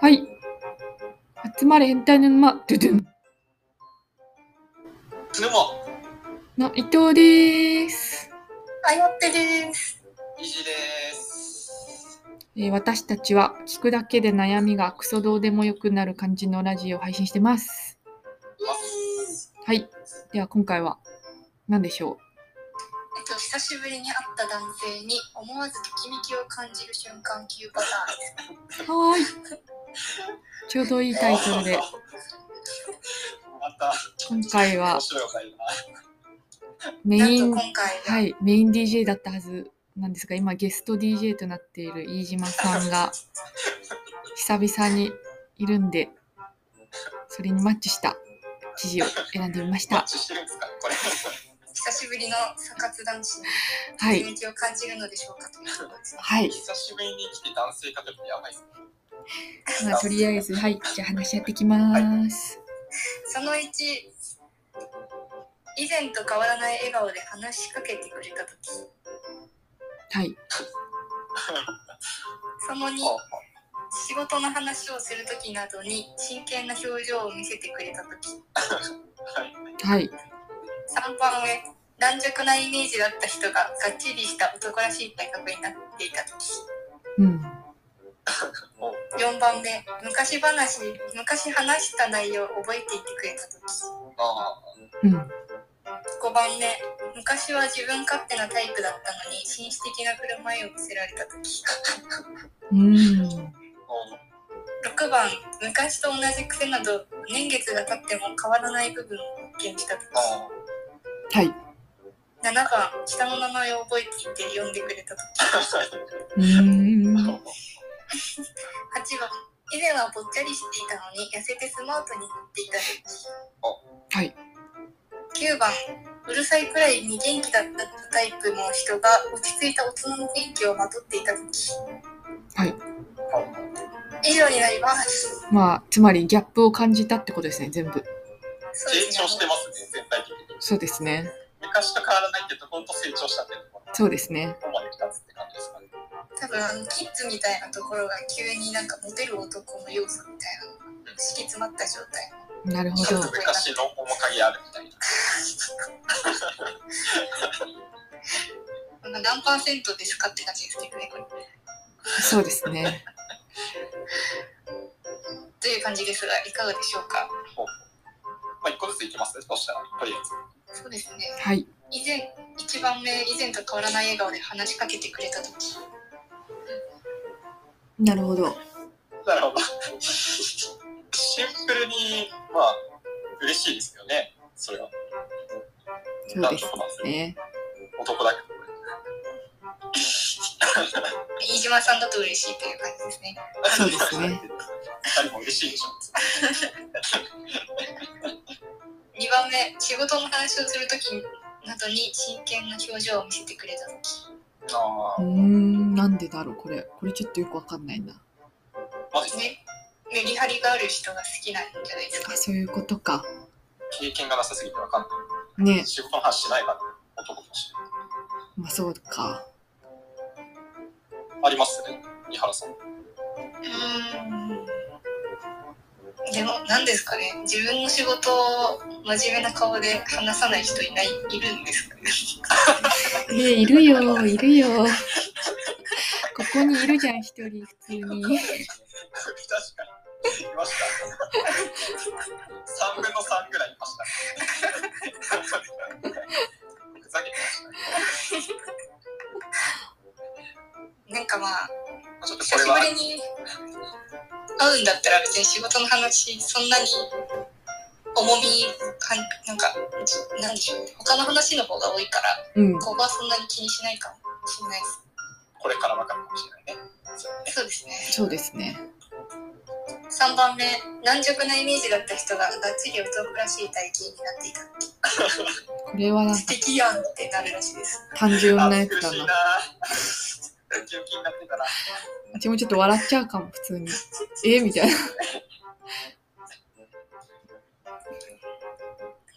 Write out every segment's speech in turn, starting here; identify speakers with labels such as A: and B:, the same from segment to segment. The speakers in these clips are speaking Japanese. A: はい。集まれ変態の沼、ドゥドゥン
B: ぬも、
A: の伊藤です、
C: あやってです。
B: 石です。
A: えー私たちは聞くだけで悩みがクソどうでもよくなる感じのラジオを配信してます。はい。では今回は何でしょ
C: えっと、久しぶりに会った男性に思わずときめきを感じる瞬間9パタ
A: うは ーい。ちょうどいいタイトル で、
B: また、
A: 今回は
B: 面白いお題だ
A: メ
C: ー
A: イ
C: ン。
A: ン、
C: なんと今回が、
A: はい、メイン DJ だったはずなんですが、今ゲスト DJ となっている飯島さんが久々にいるんで、それにマッチした記事を選んでみまし
B: な。マ
A: た
B: ッ。チしてるんですかこれ。
C: 久しぶりのサ活男子に
A: は
C: とき
A: い。
C: めきを感じるのでしょうかということです。
A: はい。
B: 久しぶりに来て男性かけてやばいっすね。
A: まあ、とりあえず、はい。じゃあ話し合ってきます。
C: その1、以前と変わらない笑顔で話しかけてくれたとき。
A: はい。
C: その2、
B: あ
C: 仕事の話をするときなどに真剣な表情を見せてくれたとき。
B: は
A: は
B: い。
A: い。
C: 3番目、軟弱なイメージだった人ががっちりした男らしい体格になっていたとき。
A: うん。
C: 4番目昔話昔話した内容を覚えていてくれた時
B: あ
A: うん。
C: 5番目昔は自分勝手なタイプだったのに紳士的な振る舞いを見せられた時
A: うん。
B: ーお
C: 6番昔と同じ癖など年月が経っても変わらない部分を発見した時
B: あ
A: はい。
C: 7番下の名前を覚えていて呼んでくれた時
A: うーん。
C: 8番以前はぽっちゃりしていたのに痩せてスマートになっていた
A: はい。
C: 9番うるさいくらいに元気だったタイプの人が落ち着いた大人の雰囲気をまとっていた時以上になります
A: まあ、つまりギャップを感じたってことですね、全部。
C: そう
B: 成
C: です
B: 長
C: ね
B: してますね、全体的に。
A: そうですね。
B: 昔と変わらないってところと成長したってところ。
A: そうですね。
B: ここまで2つって感じですかね。
C: 多分あのキッズみたいなところが急になんかモテる男の要素みたいなのが敷き詰まった状態
A: なるほ
B: ちょ
A: ど
B: っと。昔の面影あるみたいな。
C: まあ何パーセントですかって感じですけどねこれ
A: そうですね。
C: という感じですがいかがでしょうか
B: まあ、1個ずついきますそしたら、とりあえず。
C: そうですね
A: はい。
C: 以前1番目以前と変わらない笑顔で話しかけてくれた時
A: なるほど。
B: なるほど。シンプルに、まあ、嬉しいですよね。それは。
A: そうですね。
B: 男だけど。
C: 飯島さんだと嬉しいという感じですね
A: そうですね。
B: 二人も嬉しいでしょう。
C: 2番目仕事の話をするときなどに真剣な表情を見せてくれたとき
B: あ
A: うーん。なんでだろう、これ。これちょっとよくわかんないな。
B: あ、マジで
C: ねメリハリがある人が好きなんじゃないですか
A: あ、そういうことか。
B: 経験がなさすぎてわかんな
A: ね
B: い。。仕事の話しないから、男として。
A: まあ、そうか。
B: ありますね。井原さん。
C: うーんでも何ですかね自分の仕事を真面目な顔で話さない人いないいるんですかね
A: え ー、いるよ、いるよ。ここにいるじゃん、一人、普通に。
B: 確かに。いました。三分の三ぐらいいました。ふざけてまし
C: なんかまあ
B: た。ちょっとこ
C: 久
B: れ
C: し
B: は
C: ぶりに会うんだったら別に仕事の話そんなに重みかんなんか何でしょうね他の話の方が多いから
A: うん。
C: ここはそんなに気にしないかもしれないです
B: これからわかるかもしれないね。そうね
C: そ
A: そう
C: うですね
A: ですね。
C: 3番目軟弱なイメージだった人ががっちり男らしい体型になっていた
A: これは
C: 素敵やんってなるらしいです
A: 単純
B: あ
A: なや
B: 美
A: つだ
B: し い
A: な
B: な。。気になってたな。
A: うちもちょっと笑っちゃうかも、普通に。えーみたいな。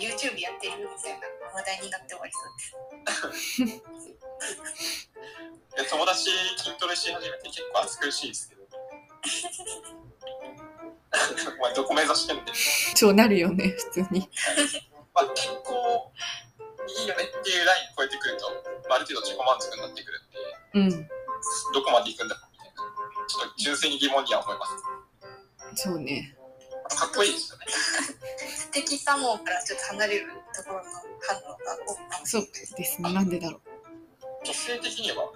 C: YouTube やってるみたいな話題になって終わりそうです
B: いや友達筋トレし始めて結構暑苦しいですけど、 お前どこ目指してんねん。
A: そうなるよね、普通に。
B: まあ、健康いいよねっていうラインを超えてくると、まあ、ある程度自己満足になってくるんで、
A: うん。
B: どこまで行くんだろうみたいな。ちょっと純粋に疑問には思います。
A: そうね。
B: かっこいいですよね。
C: 的作法からちょっと離れるところの反応が多いかもし
A: そうですね。なんでだろ
B: 女性的には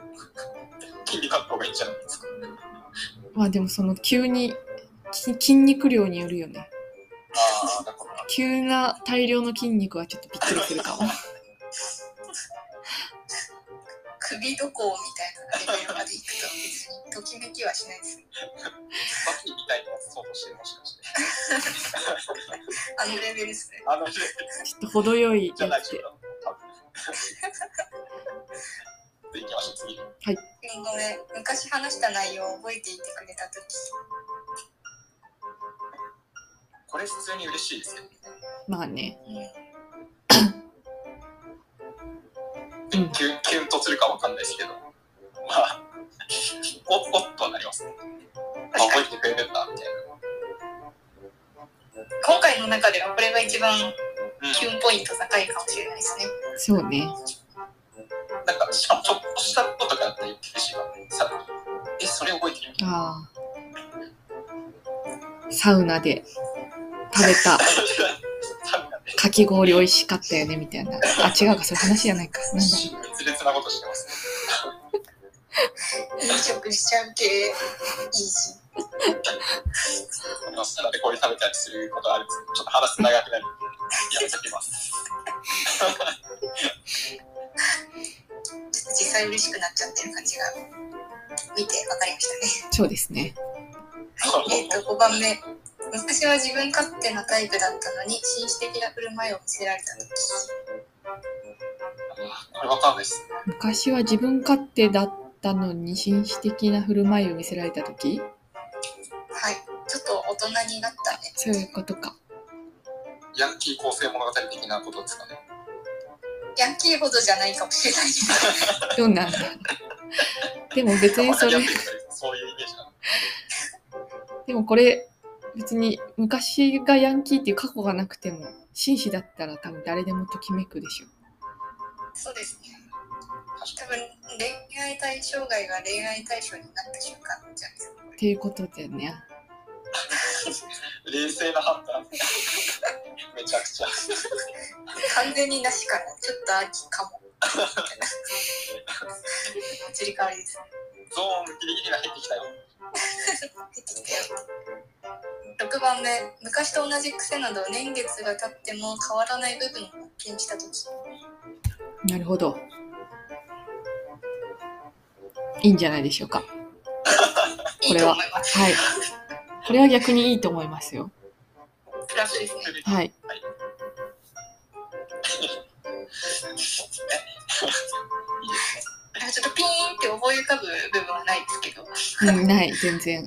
B: 筋肉あった方がいいんじゃないですか。
A: う。まあでもその急にき筋肉量によるよね。
B: ああ、なるほど。
A: 急な大量の筋肉はちょっとびっくりするかも。
C: 首どこみたいなレベルまでいくと別にときめきはしないですね
B: バキみたいなやつ想像してるもしかして。
C: あのレベルですね
B: あの、じ
A: ちょっと程よい
B: ゃ
A: や
B: ない
A: つ
B: け
A: で。
B: ど、多分。で、行きましょう、次。
C: うんごめん昔話した内容を覚えていてくれた時
B: これ普通に嬉しいですね。
A: まあね。うん
B: キュン、キュンとするかわかんないですけど。まあ、おっ、おっとはなりますね。まあ、覚えてくれるんだ、みたい
C: 今回の中ではこれが一番
B: な。
C: キュンポイント高いかもしれないですね
A: そうね。
B: うん。なんか、しかもちょっとしたことがあって嬉しいからね、さらに。え、それ覚えてる
A: ああ。サウナで食べた
B: サウナで、
A: かき氷美味しかったよねみたいな。あ、違うか、そういう話じゃないか。なんだ。
B: 熱烈なことしてますね。
C: 飲食しちゃう系いいし
B: あのサウナで氷食べたりすることあるんですけど、ちょっと話す長くなるんで、やめときます。
C: 実際嬉しくなっちゃってる感じが見てわかりましたね
A: そうですね。
B: はい
C: えっ、と、5番目。昔は自分勝手なタイプだったのに、紳士的な振る舞いを見せられた時。
B: これわかんないです。
A: 昔は自分勝手だったのに紳士的な振る舞いを見せられた時
C: はい。ちょっと大人になったね。
A: そういうことか。
B: ヤンキー構成物語的なことですかね。
C: ヤンキーほどじゃないかもしれないけ
A: ど
C: ど、
A: うなんだでも別にそれ
B: わかりやすいですそういうイメージなの。
A: でもこれ別に昔がヤンキーっていう過去がなくても紳士だったら多分誰でもときめくでしょ
C: そうですね。多分、恋愛対象外が恋愛対象になった瞬間じゃないですか。
A: っていうことだよね
B: 冷静な判断。 めちゃくちゃ。
C: 完全になしから、ちょっと秋かも。移り変わりですね。
B: ゾーンギリギリが入ってきたよ。
C: 入ってきたよ6番目昔と同じ癖など年月が経っても変わらない部分を発見した時
A: なるほどいいんじゃないでしょうか
C: い
A: こ
C: い
A: れ
C: と
A: は
C: 思います
A: はいこれは逆にいいと思いますよ
C: プラスですね
A: はい
C: なんかちょっとピーンって思い浮かぶ部分はないですけど
A: うんない全然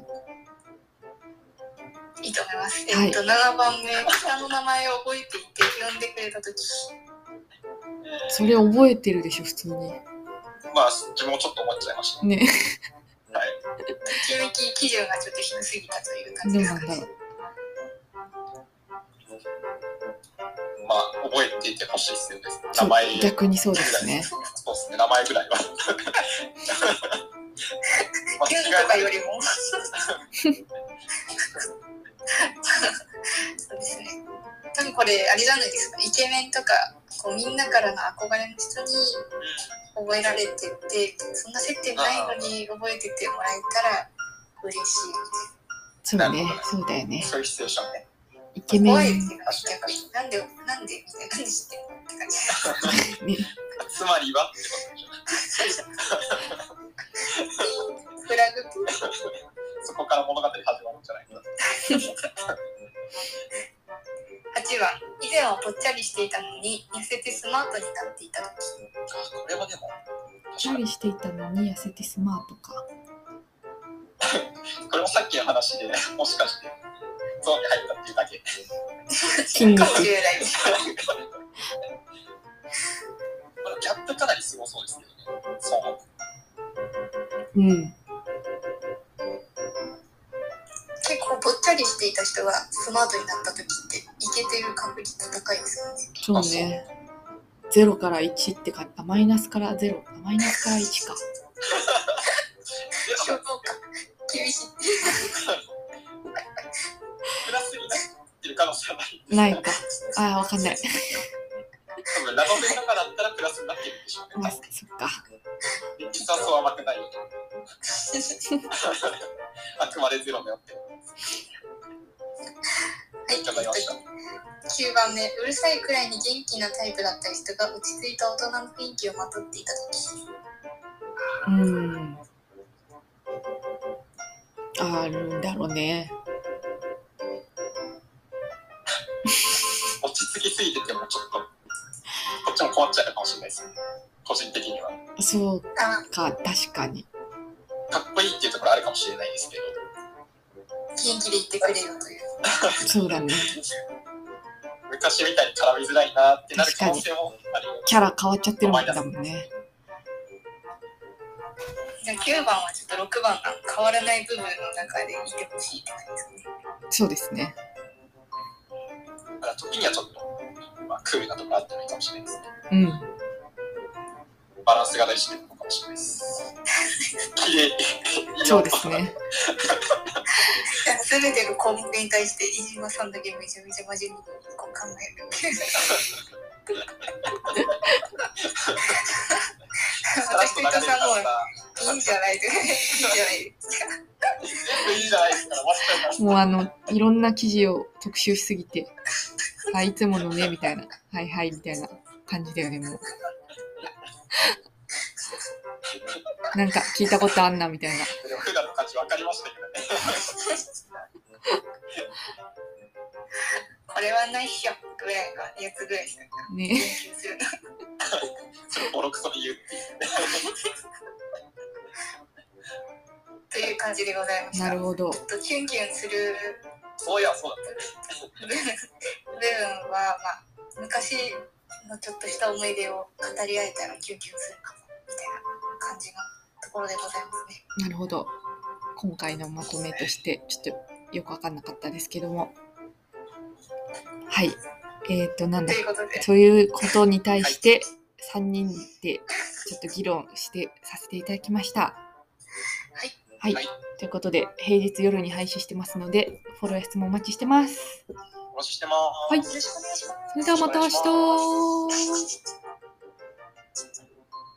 C: いいと思います、
A: はい
C: えっと7番目北の名前を覚えていて呼んでくれた時
A: それ覚えてるでしょ普通に
B: まあ、自分もちょっと思っちゃいました。
A: ね
B: はい。
C: ときめき基準がちょっと低すぎたという感じ
A: どう
C: です
A: なん
C: か
A: だろ
C: ね
A: う
B: まあ、覚えていてほしいですよね。名前
A: そう。逆にそうですね
B: そうですね、名前ぐらいは。 ま
C: キュンとかよ
B: 違い
C: りも そうですね多分これあれじゃないですかイケメンとかこうみんなからの憧れの人に覚えられててそんな接点ないのに覚えててもらえたら嬉しい
A: そうねそうだよね
B: そういうシチュエーションね。
A: イケメ
C: 怖いで
A: ン
C: すよ逆になんでなんでみたいななんで知ってんのって感じ
A: ね
B: つまりはってことでしょ。
C: フラグプ
B: そこから物語始まるんじゃないかな。
C: 8番以前はぽっちゃりしていたのに痩せてスマートになっていた時
B: これはでも、
A: チャリしていたのに痩せてスマートか
B: これもさっきの話で、もしかして、ゾーンに入ったっていうだけ。
A: 筋肉
C: かもしれな いです
B: まあギャップかなりすごそうですけどね。そう。
A: うん
C: 結構ぼっちゃりしていた人がスマートになった時っていけてる確率高いですよね。
A: そうね。0から1ってか、あマイナスから0、あマイナスから1か。
C: 評価厳しい。
B: プラスになってる可能性はない。
A: ないか。ああ、わかんない。
B: 多分ラノベとかだったらプラスになってるんでしょう
A: まあ
B: ね。
A: そっか。
B: 実はそう甘くない。 あくまでゼロだよって。
C: はい、
B: 頑張りました。
C: 9番目、うるさいくらいに元気なタイプだった人が落ち着いた大人の雰囲気をまとっていた時。
A: うーん。あるんだろうね。
B: 落ち着きすぎててもちょっと、こっちも困っちゃうかもしれないです。個人的には。
A: そう
C: あ、
A: か、確かに。
B: かっこいいっていうところあるかもしれないですけど。
C: 元気でいてくれよという。
A: そうだね。
B: 昔みたいに絡みづらいなってなる可能性もあるよ。
A: キャラ変わっちゃってるわけだもんね。
C: じゃあ9番はちょっと6番が変わらない部分の中でいてほしいって感じですね。
A: そうですね。
B: だから時にはちょっと、まあ、クールなところあってもいいかもしれないですね。
A: うん。
B: バランスが大事なのかもしれないです。綺麗に。
A: そうですね。
C: 全ての項目に対して飯島さんだけめちゃめちゃ真面目にこう考える。私と伊藤さんもいいんじゃないですか。いいん
B: 全部いいじ
C: じゃないですか。
B: ゃないですか。終わっちゃいます。
A: もうあの、いろんな記事を特集しすぎて、あ、いつものね、みたいな。はいはい、みたいな感じだよね、もう。なんか聞いたことあんな、みたいな。
B: でも普段の感じ分かりましたけどね。
C: これはないっしょぐらいのやつぐらいですね。
A: ね。
C: するの
B: それをボロクソに言うっていう。
C: という感じでございました。
A: なるほど。
C: ちょっとキュンキュンする
B: そういや、そうだった。
C: 部分は、まあ、昔のちょっとした思い出を語り合えたらキュンキュンするかもみたいな感じのところでございますね。
A: なるほど。今回のまとめとして、ちょっとよくわかんなかったですけども。はい。えっ、ー、と、なん
C: と
A: だ
C: いうことで、
A: ということに対して、3人でちょっと議論してさせていただきました。
C: はい。
A: はい。
B: はい
A: ということで、平日夜に配信してますので、フォローや質問お待ちしてます。
B: お待ちしてます。
A: はい
C: よろしくお願いします。
A: それではまた明日。